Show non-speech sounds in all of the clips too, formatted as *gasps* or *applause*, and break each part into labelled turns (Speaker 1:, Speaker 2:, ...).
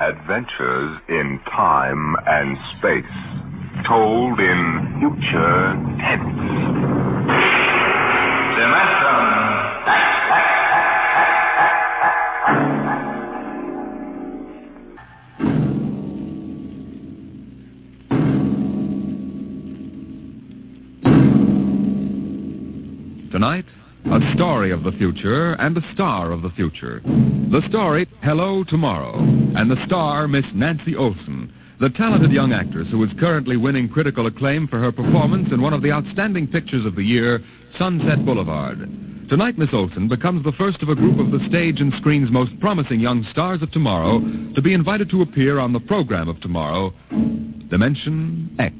Speaker 1: Adventures in time and space, told in future tense.
Speaker 2: Tonight, a story of the future and a star of the future. The story, Hello Tomorrow, and the star, Miss Nancy Olson, the talented young actress who is currently winning critical acclaim for her performance in one of the outstanding pictures of the year, Sunset Boulevard. Tonight, Miss Olson becomes the first of a group of the stage and screen's most promising young stars of tomorrow to be invited to appear on the program of tomorrow, Dimension X.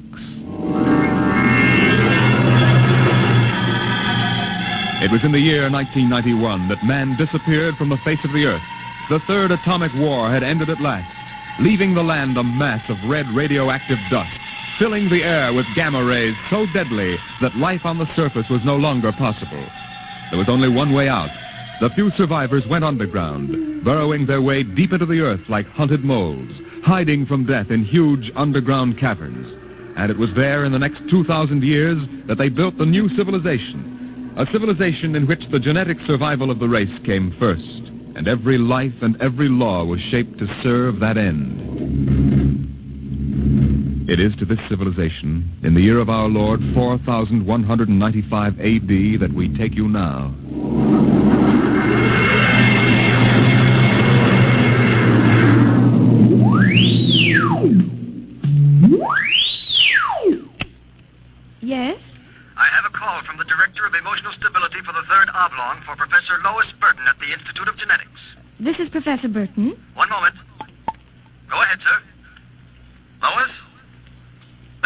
Speaker 2: It was in the year 1991 that man disappeared from the face of the earth. The third atomic war had ended at last, leaving the land a mass of red radioactive dust, filling the air with gamma rays so deadly that life on the surface was no longer possible. There was only one way out. The few survivors went underground, burrowing their way deep into the earth like hunted moles, hiding from death in huge underground caverns. And it was there in the next 2,000 years that they built the new civilization, a civilization in which the genetic survival of the race came first, and every life and every law was shaped to serve that end. It is to this civilization, in the year of our Lord 4195 AD, that we take you now.
Speaker 3: Yes?
Speaker 4: I have a call from the Director of Emotional Stability for the Third Oblong for Professor Lois Burton at the Institute of Genetics.
Speaker 3: This is Professor Burton.
Speaker 4: One moment. Go ahead, sir. Lois?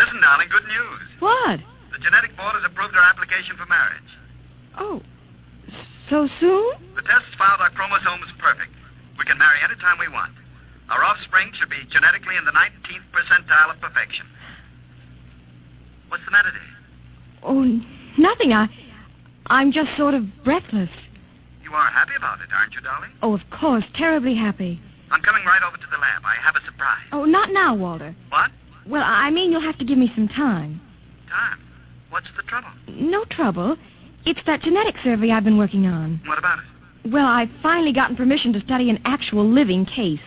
Speaker 4: Listen, darling, good news.
Speaker 3: What?
Speaker 4: The Genetic Board has approved our application for marriage.
Speaker 3: Oh, so soon?
Speaker 4: The tests filed our chromosomes perfect. We can marry any time we want. Our offspring should be genetically in the 19th percentile of perfection. What's the matter, dear?
Speaker 3: Oh, nothing. I, I'm just sort of breathless.
Speaker 4: You are happy about it, aren't you, darling?
Speaker 3: Oh, of course, terribly happy.
Speaker 4: I'm coming right over to the lab. I have a surprise.
Speaker 3: Oh, not now, Walter.
Speaker 4: What?
Speaker 3: Well, I mean, you'll have to give me some time.
Speaker 4: Time. What's the trouble?
Speaker 3: No trouble. It's that genetic survey I've been working on.
Speaker 4: What about it?
Speaker 3: Well, I've finally gotten permission to study an actual living case,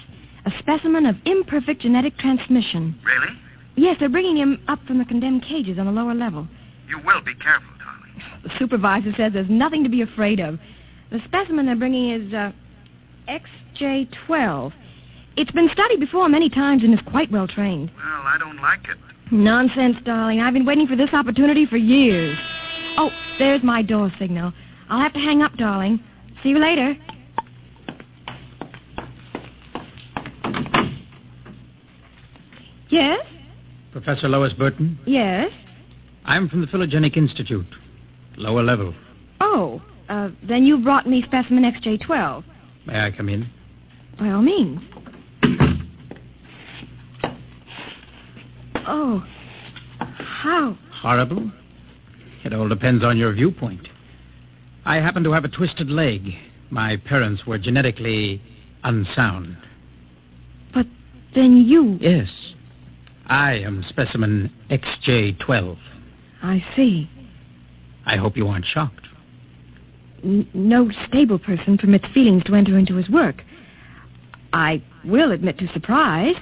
Speaker 3: a specimen of imperfect genetic transmission.
Speaker 4: Really?
Speaker 3: Yes, they're bringing him up from the condemned cages on the lower level.
Speaker 4: You will be careful, darling.
Speaker 3: The supervisor says there's nothing to be afraid of. The specimen they're bringing is uh, XJ12. It's been studied before many times and is quite well trained.
Speaker 4: Well, I don't like it.
Speaker 3: Nonsense, darling. I've been waiting for this opportunity for years. Oh, there's my door signal. I'll have to hang up, darling. See you later. Yes?
Speaker 5: Professor Lois Burton,
Speaker 3: Yes?
Speaker 5: I'm from the Philogenic Institute, lower level.
Speaker 3: Oh, uh, then you brought me specimen XJ12.
Speaker 5: May I come in?
Speaker 3: By all means. Oh, how?
Speaker 5: Horrible? It all depends on your viewpoint. I happen to have a twisted leg. My parents were genetically unsound.
Speaker 3: But then you.
Speaker 5: Yes. I am specimen XJ12.
Speaker 3: I see.
Speaker 5: I hope you aren't shocked.
Speaker 3: N- no stable person permits feelings to enter into his work. I will admit to surprise.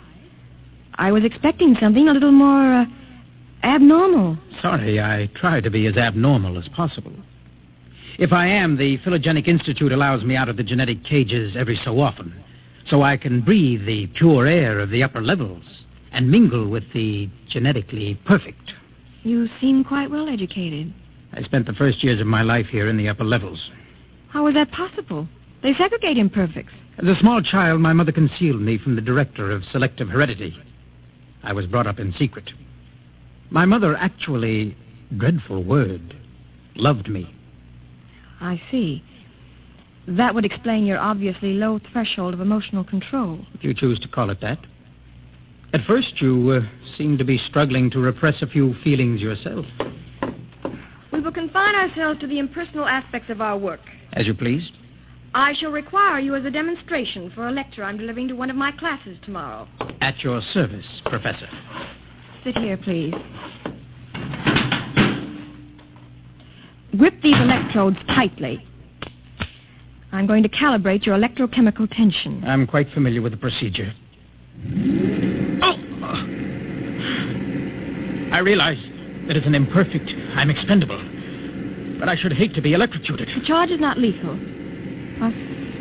Speaker 3: I was expecting something a little more uh, abnormal.
Speaker 5: Sorry, I try to be as abnormal as possible. If I am, the Philogenic Institute allows me out of the genetic cages every so often, so I can breathe the pure air of the upper levels and mingle with the genetically perfect.
Speaker 3: You seem quite well educated.
Speaker 5: I spent the first years of my life here in the upper levels.
Speaker 3: How was that possible? They segregate imperfects.
Speaker 5: As a small child, my mother concealed me from the director of selective heredity. I was brought up in secret. My mother actually, dreadful word, loved me.
Speaker 3: I see. That would explain your obviously low threshold of emotional control.
Speaker 5: if you choose to call it that. At first, you uh, seemed to be struggling to repress a few feelings yourself.
Speaker 3: We will confine ourselves to the impersonal aspects of our work.
Speaker 5: As you please.
Speaker 3: I shall require you as a demonstration for a lecture I'm delivering to one of my classes tomorrow.
Speaker 5: At your service, Professor.
Speaker 3: Sit here, please. Grip these electrodes tightly. I'm going to calibrate your electrochemical tension.
Speaker 5: I'm quite familiar with the procedure. Oh! I realize that it's an imperfect, I'm expendable. But I should hate to be electrocuted.
Speaker 3: The charge is not lethal. Plus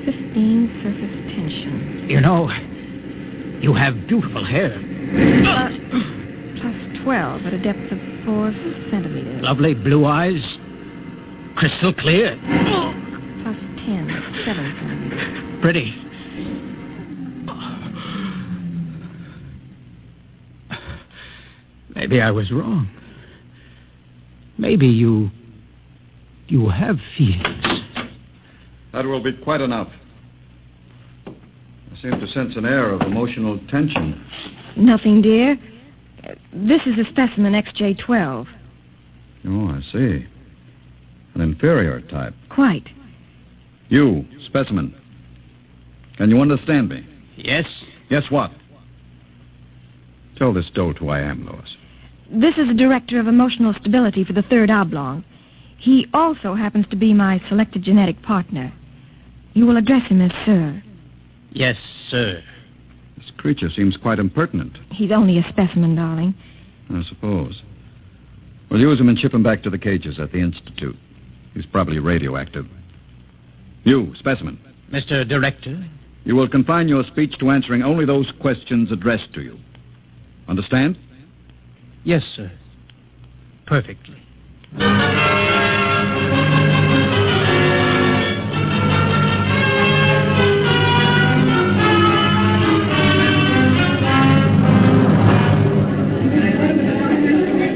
Speaker 3: 15 surface tension.
Speaker 5: You know, you have beautiful hair.
Speaker 3: Plus, plus 12 at a depth of 4 centimeters.
Speaker 5: Lovely blue eyes. Crystal clear.
Speaker 3: Plus 10, 7 centimeters.
Speaker 5: Pretty. Maybe I was wrong. Maybe you. you have feelings.
Speaker 2: That will be quite enough. I seem to sense an air of emotional tension.
Speaker 3: Nothing, dear. Uh, This is a specimen XJ12.
Speaker 2: Oh, I see. An inferior type.
Speaker 3: Quite.
Speaker 2: You, specimen. Can you understand me?
Speaker 5: Yes?
Speaker 2: Yes, what? Tell this dolt who I am, Lois.
Speaker 3: This is the director of emotional stability for the third oblong. He also happens to be my selected genetic partner. You will address him as Sir.
Speaker 5: Yes, sir.
Speaker 2: This creature seems quite impertinent,
Speaker 3: He's only a specimen, darling.
Speaker 2: I suppose. We'll use him and ship him back to the cages at the Institute. He's probably radioactive. You, specimen,
Speaker 5: Mr. Director?
Speaker 2: you will confine your speech to answering only those questions addressed to you. Understand?
Speaker 5: Yes, sir. Perfectly.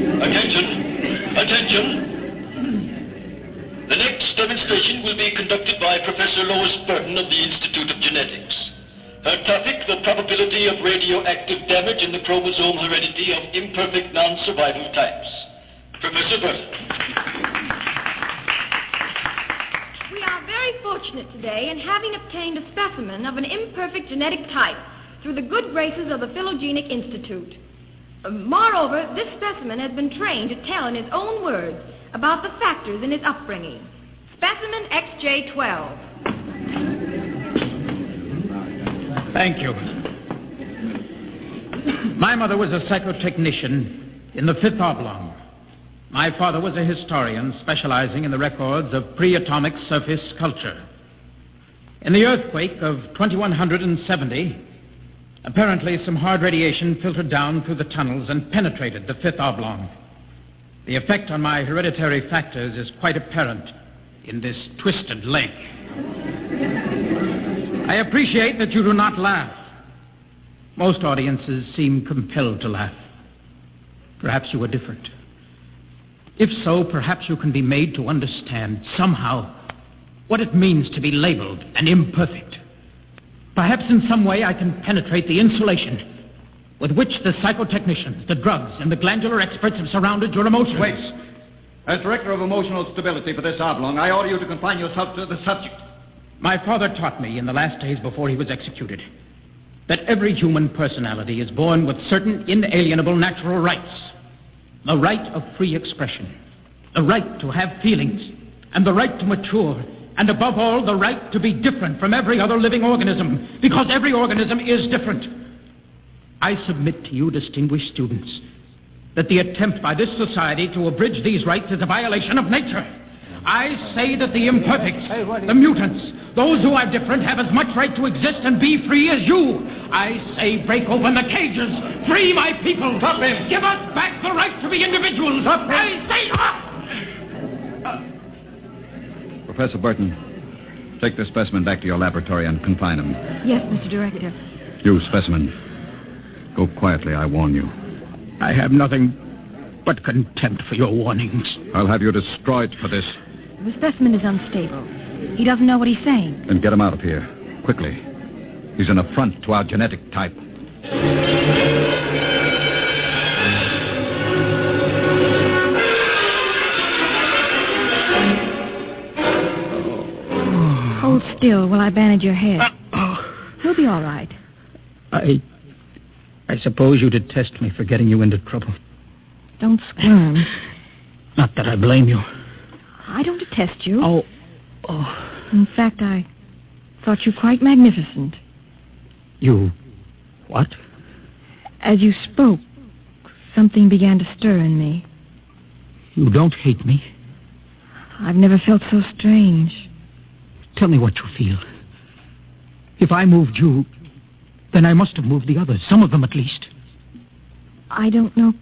Speaker 6: Attention! Attention! The next demonstration will be conducted by Professor Lois Burton of the Institute of Genetics. Her topic, the probability of radioactive damage in the chromosome heredity of imperfect non-survival types. Professor Burton.
Speaker 3: We are very fortunate today in having obtained a specimen of an imperfect genetic type through the good graces of the Phylogenic Institute. Uh, Moreover, this specimen has been trained to tell in his own words about the factors in his upbringing. Specimen XJ12.
Speaker 5: Thank you. My mother was a psychotechnician in the fifth oblong. My father was a historian specializing in the records of pre atomic surface culture. In the earthquake of 2170, apparently some hard radiation filtered down through the tunnels and penetrated the fifth oblong. The effect on my hereditary factors is quite apparent in this twisted link. I appreciate that you do not laugh. Most audiences seem compelled to laugh. Perhaps you are different. If so, perhaps you can be made to understand somehow what it means to be labeled and imperfect. Perhaps in some way I can penetrate the insulation with which the psychotechnicians, the drugs, and the glandular experts have surrounded your emotions.
Speaker 2: Wait. As director of emotional stability for this oblong, I order you to confine yourself to the subject.
Speaker 5: My father taught me in the last days before he was executed that every human personality is born with certain inalienable natural rights the right of free expression, the right to have feelings, and the right to mature, and above all, the right to be different from every other living organism, because every organism is different. I submit to you, distinguished students, that the attempt by this society to abridge these rights is a violation of nature. I say that the imperfects, the mutants, those who are different have as much right to exist and be free as you. I say break open the cages. Free my people. Stop him. Give us back the right to be individuals. Stop I say
Speaker 2: Professor Burton, take this specimen back to your laboratory and confine him.
Speaker 3: Yes, Mr. Director.
Speaker 2: You, specimen, go quietly, I warn you.
Speaker 5: I have nothing but contempt for your warnings.
Speaker 2: I'll have you destroyed for this.
Speaker 3: The specimen is unstable. He doesn't know what he's saying.
Speaker 2: Then get him out of here, quickly. He's an affront to our genetic type.
Speaker 3: Hold still while I bandage your head.
Speaker 5: Oh,
Speaker 3: You'll be all right.
Speaker 5: I. I suppose you detest me for getting you into trouble.
Speaker 3: Don't squirm.
Speaker 5: Not that I blame you.
Speaker 3: Hmm. I don't detest you.
Speaker 5: Oh. Oh.
Speaker 3: In fact, I thought you quite magnificent.
Speaker 5: You. What?
Speaker 3: As you spoke, something began to stir in me.
Speaker 5: You don't hate me?
Speaker 3: I've never felt so strange.
Speaker 5: Tell me what you feel. If I moved you, then I must have moved the others, some of them at least.
Speaker 3: I don't know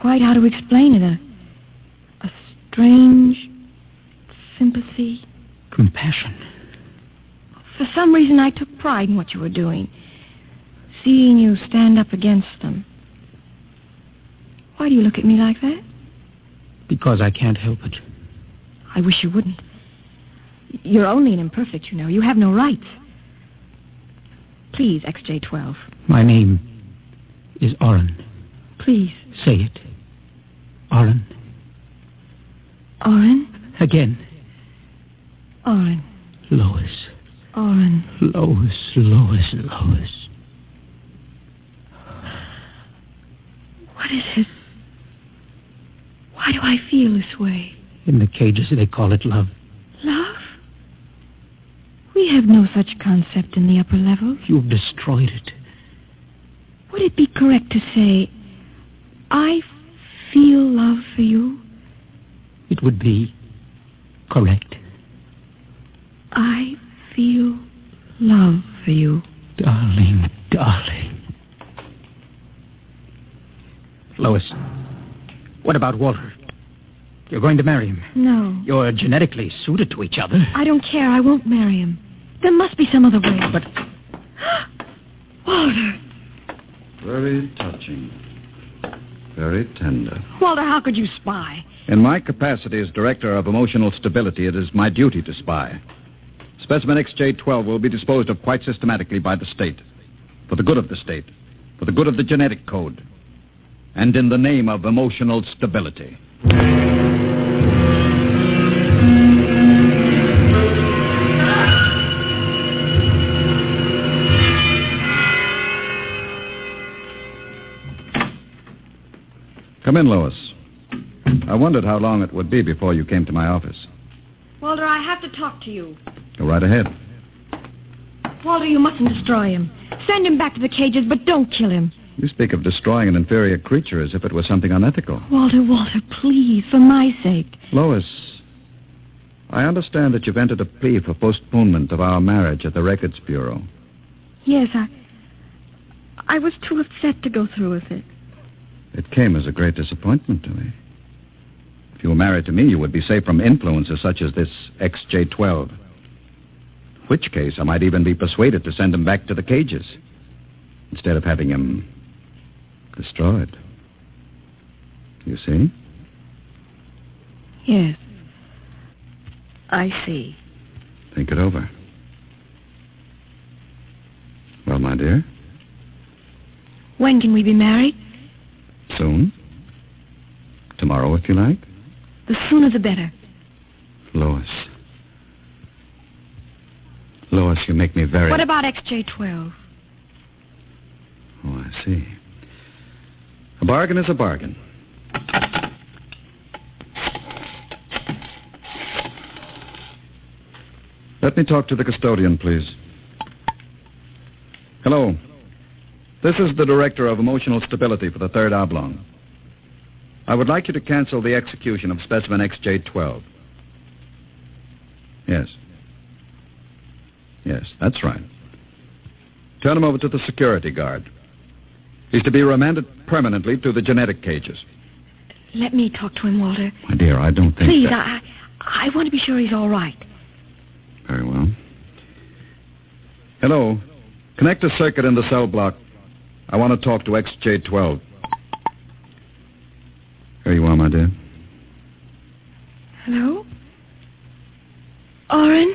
Speaker 3: quite how to explain it. A, a strange sympathy.
Speaker 5: Compassion.
Speaker 3: For some reason, I took pride in what you were doing, seeing you stand up against them. Why do you look at me like that?
Speaker 5: Because I can't help it.
Speaker 3: I wish you wouldn't. You're only an imperfect, you know. You have no rights. Please, XJ12.
Speaker 5: My name is Oren.
Speaker 3: Please,
Speaker 5: Say it. Oren.
Speaker 3: Oren,
Speaker 5: Again.
Speaker 3: Oren,
Speaker 5: Lois.
Speaker 3: Oren.
Speaker 5: Lois, Lois, Lois.
Speaker 3: What is it? Why do I feel this way?
Speaker 5: In the cages, they call it love.
Speaker 3: Love? We have no such concept in the upper levels.
Speaker 5: You've destroyed it.
Speaker 3: Would it be correct to say, I feel love for you?
Speaker 5: It would be correct.
Speaker 3: I feel love for you.
Speaker 5: Darling, darling. Lois, what about Walter? You're going to marry him.
Speaker 3: No.
Speaker 5: You're genetically suited to each other.
Speaker 3: I don't care. I won't marry him. There must be some other way.
Speaker 5: But
Speaker 3: *gasps* Walter!
Speaker 2: Very touching. Very tender.
Speaker 3: Walter, how could you spy?
Speaker 2: In my capacity as Director of Emotional Stability, it is my duty to spy. Specimen XJ12 will be disposed of quite systematically by the state. For the good of the state. For the good of the genetic code. And in the name of emotional stability. Come in, Lois. I wondered how long it would be before you came to my office.
Speaker 3: Walter, I have to talk to you.
Speaker 2: Go right ahead.
Speaker 3: Walter, you mustn't destroy him. Send him back to the cages, but don't kill him.
Speaker 2: You speak of destroying an inferior creature as if it were something unethical.
Speaker 3: Walter, Walter, please, for my sake.
Speaker 2: Lois, I understand that you've entered a plea for postponement of our marriage at the Records Bureau.
Speaker 3: Yes, I. I was too upset to go through with it.
Speaker 2: It came as a great disappointment to me. If you were married to me, you would be safe from influences such as this XJ12. Which case, I might even be persuaded to send him back to the cages instead of having him destroyed. You see?
Speaker 3: Yes. I see.
Speaker 2: Think it over. Well, my dear,
Speaker 3: When can we be married?
Speaker 2: soon. Tomorrow, if you like.
Speaker 3: The sooner the better.
Speaker 2: Lois. Lois, you make me very.
Speaker 3: What about XJ12?
Speaker 2: Oh, I see. A bargain is a bargain. Let me talk to the custodian, please. Hello. This is the director of emotional stability for the third oblong. I would like you to cancel the execution of specimen XJ12. Yes. Yes, that's right. Turn him over to the security guard. He's to be remanded permanently to the genetic cages.
Speaker 3: Let me talk to him, Walter.
Speaker 2: My dear, I don't think.
Speaker 3: Please,
Speaker 2: that...
Speaker 3: I, I want to be sure he's all right.
Speaker 2: Very well. Hello. Connect a circuit in the cell block. I want to talk to XJ12. Here you are, my dear.
Speaker 3: Hello? Oren?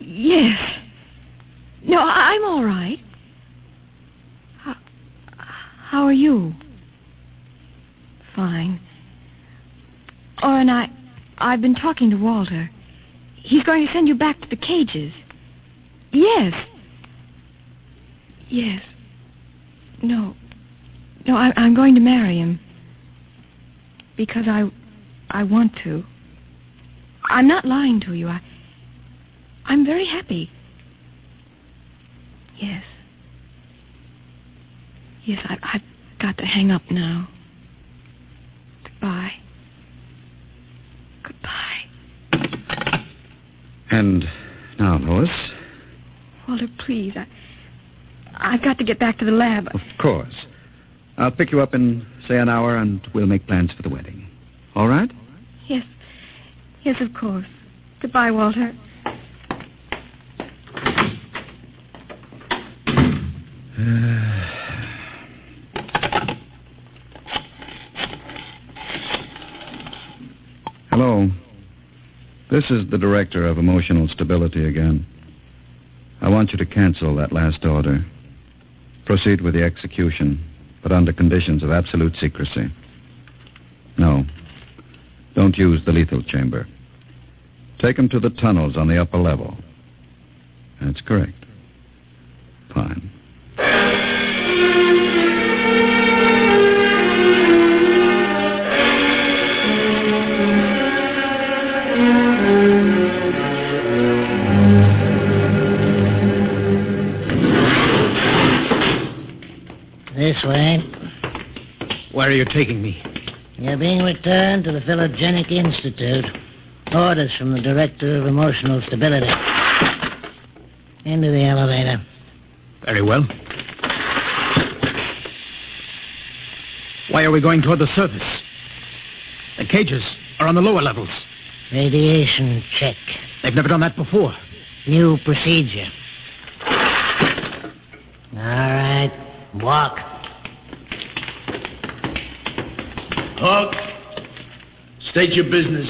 Speaker 3: Yes. No, I- I'm all right. How, how are you? Fine. Oren, I, I've been talking to Walter. He's going to send you back to the cages. Yes. Yes. No. No, I, I'm going to marry him. Because I. I want to. I'm not lying to you. I. I'm very happy. Yes. Yes, I, I've got to hang up now. Goodbye. Goodbye.
Speaker 2: And now, Lois.
Speaker 3: Walter, please. I, I've got to get back to the lab.
Speaker 2: Of course. I'll pick you up in, say, an hour, and we'll make plans for the wedding. All right?
Speaker 3: Yes. Yes, of course. Goodbye, Walter.
Speaker 2: *sighs* Hello. This is the director of Emotional Stability again. I want you to cancel that last order. Proceed with the execution, but under conditions of absolute secrecy. No. Don't use the lethal chamber. Take him to the tunnels on the upper level. That's correct. Fine.
Speaker 7: This way.
Speaker 5: Where are you taking me?
Speaker 7: You're being returned to the Philogenic Institute. Orders from the Director of Emotional Stability. Into the elevator.
Speaker 5: Very well. Why are we going toward the surface? The cages are on the lower levels.
Speaker 7: Radiation check.
Speaker 5: They've never done that before.
Speaker 7: New procedure. All right. Walk.
Speaker 6: Hawk, state your business.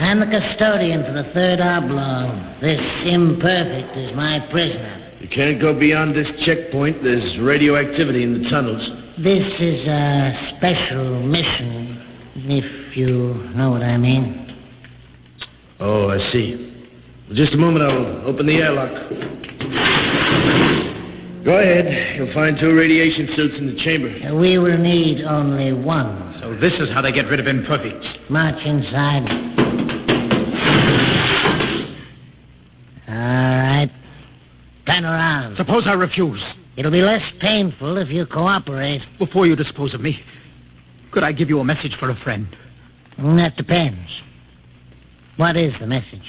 Speaker 7: I'm the custodian for the third oblong. This imperfect is my prisoner.
Speaker 6: You can't go beyond this checkpoint. There's radioactivity in the tunnels.
Speaker 7: This is a special mission, if you know what I mean.
Speaker 6: Oh, I see. Just a moment, I'll open the airlock. Go ahead. You'll find two radiation suits in the chamber.
Speaker 7: We will need only one.
Speaker 5: So Oh, this is how they get rid of imperfects.
Speaker 7: March inside. All right. Turn around.
Speaker 5: Suppose I refuse
Speaker 7: It'll be less painful if you cooperate.
Speaker 5: before you dispose of me. Could I give you a message for a friend?
Speaker 7: That depends. What is the message?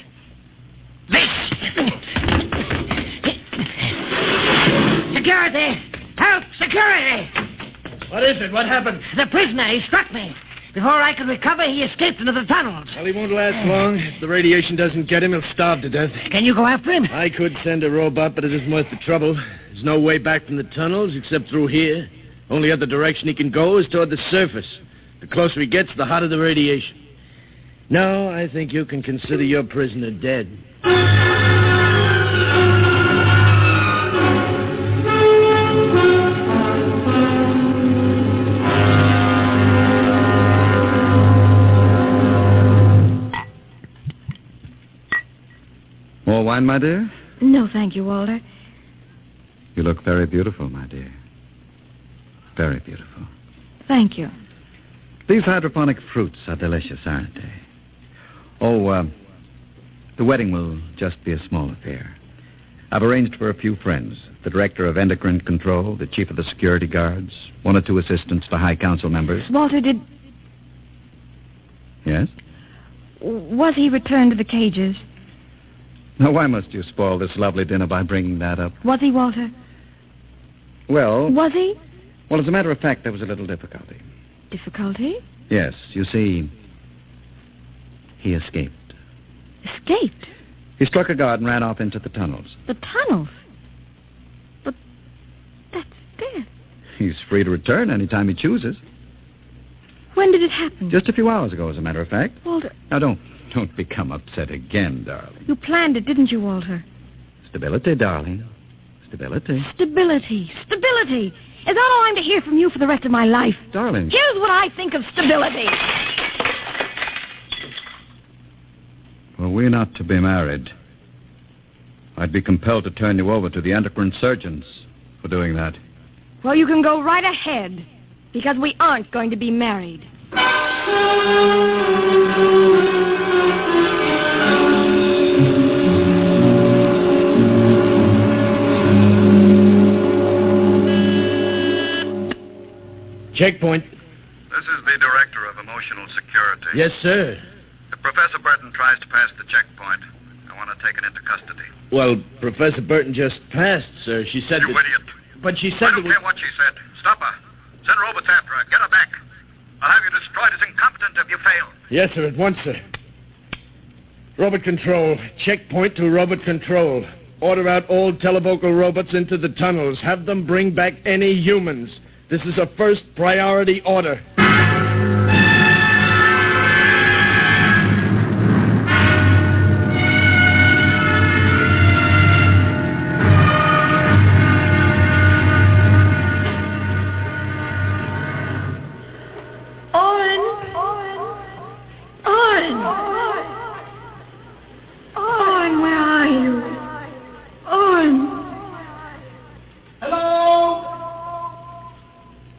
Speaker 7: Security! Help! Security!
Speaker 6: What is it? What happened?
Speaker 7: The prisoner, he struck me. Before I could recover, he escaped into the tunnels.
Speaker 6: Well, he won't last long. If the radiation doesn't get him, he'll starve to death.
Speaker 7: Can you go after him?
Speaker 6: I could send a robot, but it isn't worth the trouble. There's no way back from the tunnels except through here. Only other direction he can go is toward the surface. The closer he gets, the hotter the radiation. No, I think you can consider your prisoner dead.
Speaker 2: More wine, my dear?
Speaker 3: No, thank you, Walter.
Speaker 2: You look very beautiful, my dear. Very beautiful.
Speaker 3: Thank you.
Speaker 2: These hydroponic fruits are delicious, aren't they? Oh, uh, the wedding will just be a small affair. I've arranged for a few friends the director of endocrine control, the chief of the security guards, one or two assistants for high council members.
Speaker 3: Walter, did.
Speaker 2: Yes?
Speaker 3: Was he returned to the cages?
Speaker 2: Now, why must you spoil this lovely dinner by bringing that up?
Speaker 3: Was he, Walter?
Speaker 2: Well,
Speaker 3: Was he?
Speaker 2: well, as a matter of fact, there was a little difficulty.
Speaker 3: Difficulty?
Speaker 2: Yes, you see, he escaped.
Speaker 3: Escaped?
Speaker 2: He struck a guard and ran off into the tunnels.
Speaker 3: The tunnels? But. That's death.
Speaker 2: He's free to return any time he chooses.
Speaker 3: When did it happen?
Speaker 2: Just a few hours ago, as a matter of fact.
Speaker 3: Walter,
Speaker 2: Now, don't don't become upset again, darling.
Speaker 3: you planned it, didn't you, Walter?
Speaker 2: Stability, darling. Stability.
Speaker 3: Stability. Stability. Is that all I'm to hear from you for the rest of my life?
Speaker 2: Darling.
Speaker 3: Here's what I think of stability.
Speaker 2: Well, We're not to be married. I'd be compelled to turn you over to the endocrine surgeons for doing that.
Speaker 3: Well, you can go right ahead, because we aren't going to be married.
Speaker 8: Checkpoint.
Speaker 4: This is the Director of Emotional Security.
Speaker 8: Yes, sir.
Speaker 4: If Professor Burton tries to pass the checkpoint, I want to take it into custody.
Speaker 8: Well, Professor Burton just passed, sir. She said
Speaker 4: You
Speaker 8: that...
Speaker 4: idiot.
Speaker 8: But she
Speaker 4: I
Speaker 8: said
Speaker 4: don't
Speaker 8: that we...
Speaker 4: care what she said. Stop her. Send robots after her. Get her back. I'll have you destroyed as incompetent if you fail.
Speaker 8: Yes, sir, at once, sir. Robot control. Checkpoint to robot control. Order out all Teleboco robots into the tunnels. Have them bring back any humans. This is a first priority order.
Speaker 9: Oren! Oren! Oren, where are you? Oren! Hello?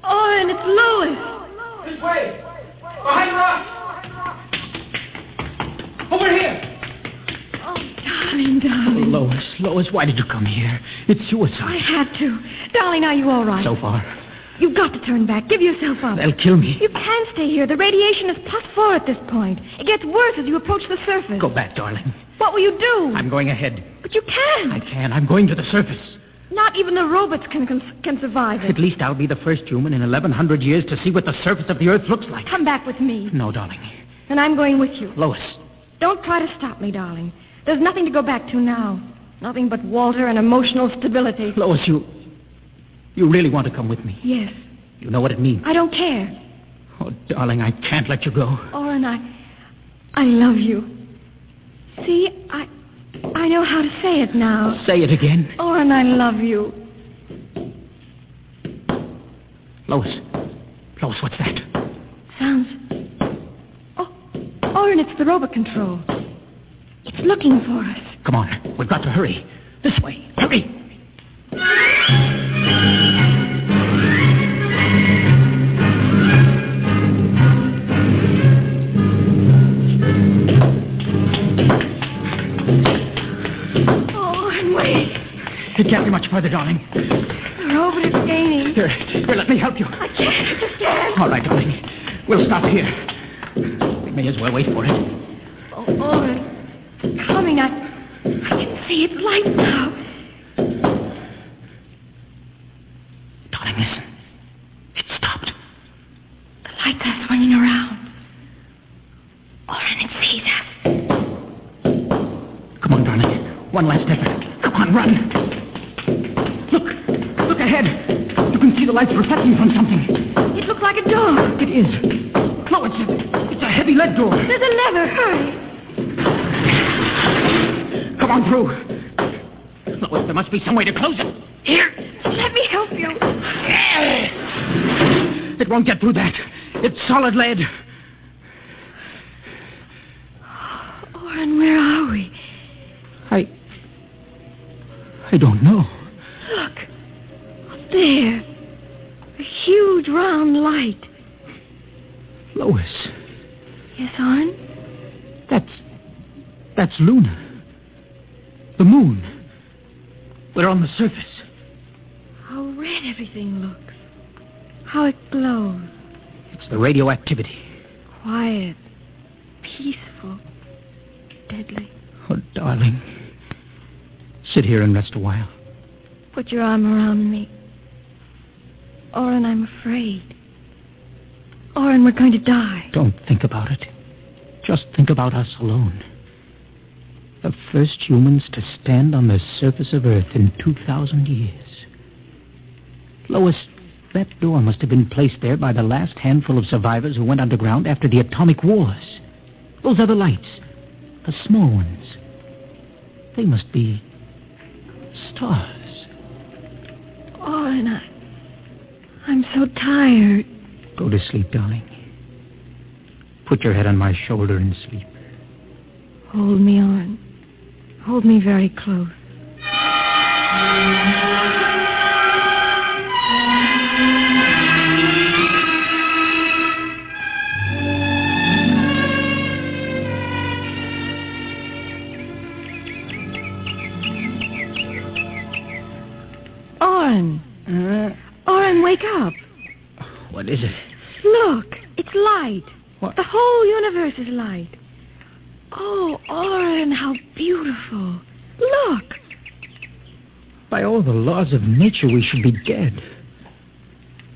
Speaker 9: Oren, Oh, it's Lois! This way! Behind rocks! Over here!
Speaker 3: Oh, darling, darling.
Speaker 5: Lois, Lois, why did you come here? It's
Speaker 3: I
Speaker 5: suicide.
Speaker 3: had to. Darling, are you all right?
Speaker 5: So far,
Speaker 3: You've got to turn back. Give yourself up.
Speaker 5: they'll kill me.
Speaker 3: You can stay here. The radiation is plus four at this point. It gets worse as you approach the surface.
Speaker 5: Go back, darling.
Speaker 3: What will you do?
Speaker 5: I'm going ahead.
Speaker 3: But you can't.
Speaker 5: I can. I'm going to the surface.
Speaker 3: Not even the robots can can, can survive it.
Speaker 5: At least I'll be the first human in 1,100 years to see what the surface of the Earth looks like.
Speaker 3: Come back with me,
Speaker 5: No, darling.
Speaker 3: and I'm going with you.
Speaker 5: Lois,
Speaker 3: Don't try to stop me, darling. There's nothing to go back to now. Nothing but water and emotional stability.
Speaker 5: Lois, you. You really want to come with me?
Speaker 3: Yes,
Speaker 5: You know what it means.
Speaker 3: I don't care.
Speaker 5: Oh, darling, I can't let you go.
Speaker 3: Orin, I, I love you. See, I, I know how to say it now.
Speaker 5: Say it again.
Speaker 3: Orin, I love you.
Speaker 5: Lois. Lois, what's that?
Speaker 3: Sounds. Oh, Orin, it's the robot control. It's looking for us.
Speaker 5: Come on. We've got to hurry. This way. Hurry.
Speaker 3: Oh, Orin, wait.
Speaker 5: It can't be much further, darling.
Speaker 3: The robot is gaining.
Speaker 5: Here, here, let me help you.
Speaker 3: I can't. I just can't.
Speaker 5: All right, darling. We'll stop here. We may as well wait for it.
Speaker 3: Oh, Orin, it's coming. I, I can see its light now.
Speaker 5: Darling, listen. It stopped.
Speaker 3: The lights are swinging around. Oh, Orin, it sees us.
Speaker 5: Come on, darling. One last effort. Come on, run. Look. Look ahead. You can see the lights reflecting from something.
Speaker 3: It looks like a door.
Speaker 5: It is. No, it's a, it's a heavy lead door.
Speaker 3: There's a lever. Hurry.
Speaker 5: Come on through. Lois, there must be some way to close it.
Speaker 3: Here. Let me help you.
Speaker 5: It won't get through that. It's solid lead.
Speaker 3: Orin, where are we?
Speaker 5: I. I don't know.
Speaker 3: Look. Up there. A huge round light.
Speaker 5: Lois,
Speaker 3: Yes, Orin?
Speaker 5: that's. That's Luna. The moon. We're on the surface.
Speaker 3: How red everything looks. How it glows.
Speaker 5: It's the radioactivity.
Speaker 3: Quiet. Peaceful. Deadly.
Speaker 5: Oh, darling. Sit here and rest a while.
Speaker 3: Put your arm around me. Orin, I'm afraid. Orin, we're going to die.
Speaker 5: Don't think about it. Just think about us alone. The first humans to stand on the surface of Earth in 2,000 years. Lois, that door must have been placed there by the last handful of survivors who went underground after the atomic wars. Those other lights, the small ones, they must be stars.
Speaker 3: Orin, Oh, I, I'm so tired.
Speaker 5: Go to sleep, darling. Put your head on my shoulder and sleep.
Speaker 3: Hold me on. Hold me very close. Oren. Oren, wake up.
Speaker 5: What is it?
Speaker 3: Look, it's light.
Speaker 5: What?
Speaker 3: The whole universe is light. Oh, Oren, how beautiful. Look.
Speaker 5: By all the laws of nature, we should be dead.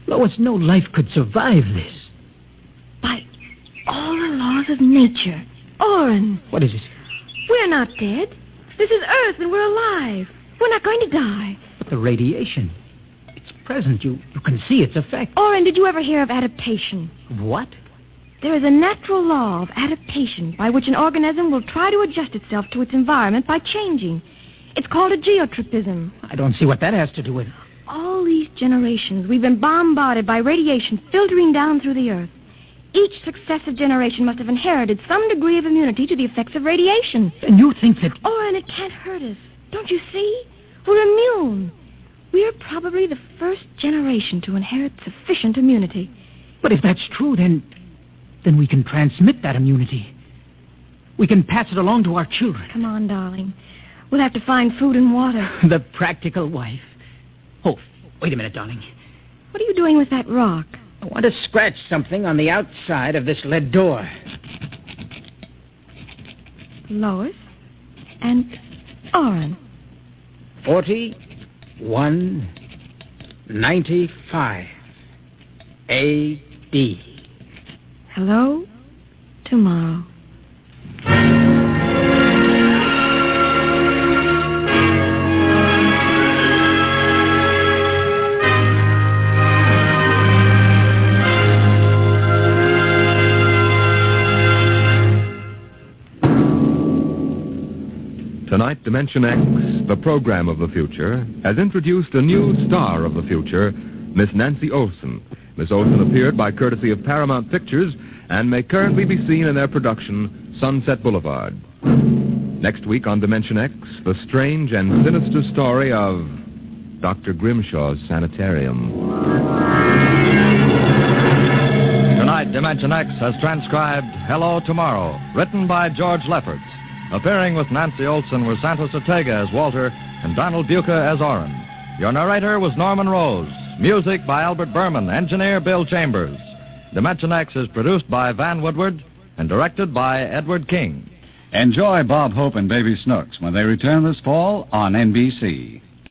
Speaker 5: Lois, no life could survive this.
Speaker 3: By all the laws of nature. Oren,
Speaker 5: What is it?
Speaker 3: we're not dead. This is Earth and we're alive. We're not going to die.
Speaker 5: But the radiation. It's present. You, you can see its effect.
Speaker 3: Oren, did you ever hear of adaptation?
Speaker 5: What?
Speaker 3: There is a natural law of adaptation by which an organism will try to adjust itself to its environment by changing. It's called a geotropism.
Speaker 5: I don't see what that has to do with.
Speaker 3: All these generations, we've been bombarded by radiation filtering down through the earth. Each successive generation must have inherited some degree of immunity to the effects of radiation.
Speaker 5: And you think that.
Speaker 3: Oh, and it can't hurt us. Don't you see? We're immune. We're probably the first generation to inherit sufficient immunity.
Speaker 5: But if that's true, then. Then we can transmit that immunity. We can pass it along to our children.
Speaker 3: Come on, darling. We'll have to find food and water.
Speaker 5: *laughs* The practical wife. Oh, wait a minute, darling.
Speaker 3: What are you doing with that rock?
Speaker 5: I want to scratch something on the outside of this lead door.
Speaker 3: Lois and Oren.
Speaker 5: Forty-one ninety-five A.D.
Speaker 3: Hello, tomorrow.
Speaker 2: Tonight, Dimension X, the program of the future, has introduced a new star of the future, Miss Nancy Olson. Miss Olson appeared by courtesy of Paramount Pictures and may currently be seen in their production, Sunset Boulevard. Next week on Dimension X, the strange and sinister story of Dr. Grimshaw's Sanitarium.
Speaker 10: Tonight, Dimension X has transcribed Hello Tomorrow, written by George Lefferts. Appearing with Nancy Olson were Santos Ortega as Walter and Donald Buca as Orrin. Your narrator was Norman Rose. Music by Albert Berman, engineer Bill Chambers. Dimension X is produced by Van Woodward and directed by Edward King.
Speaker 11: Enjoy Bob Hope and Baby Snooks when they return this fall on NBC.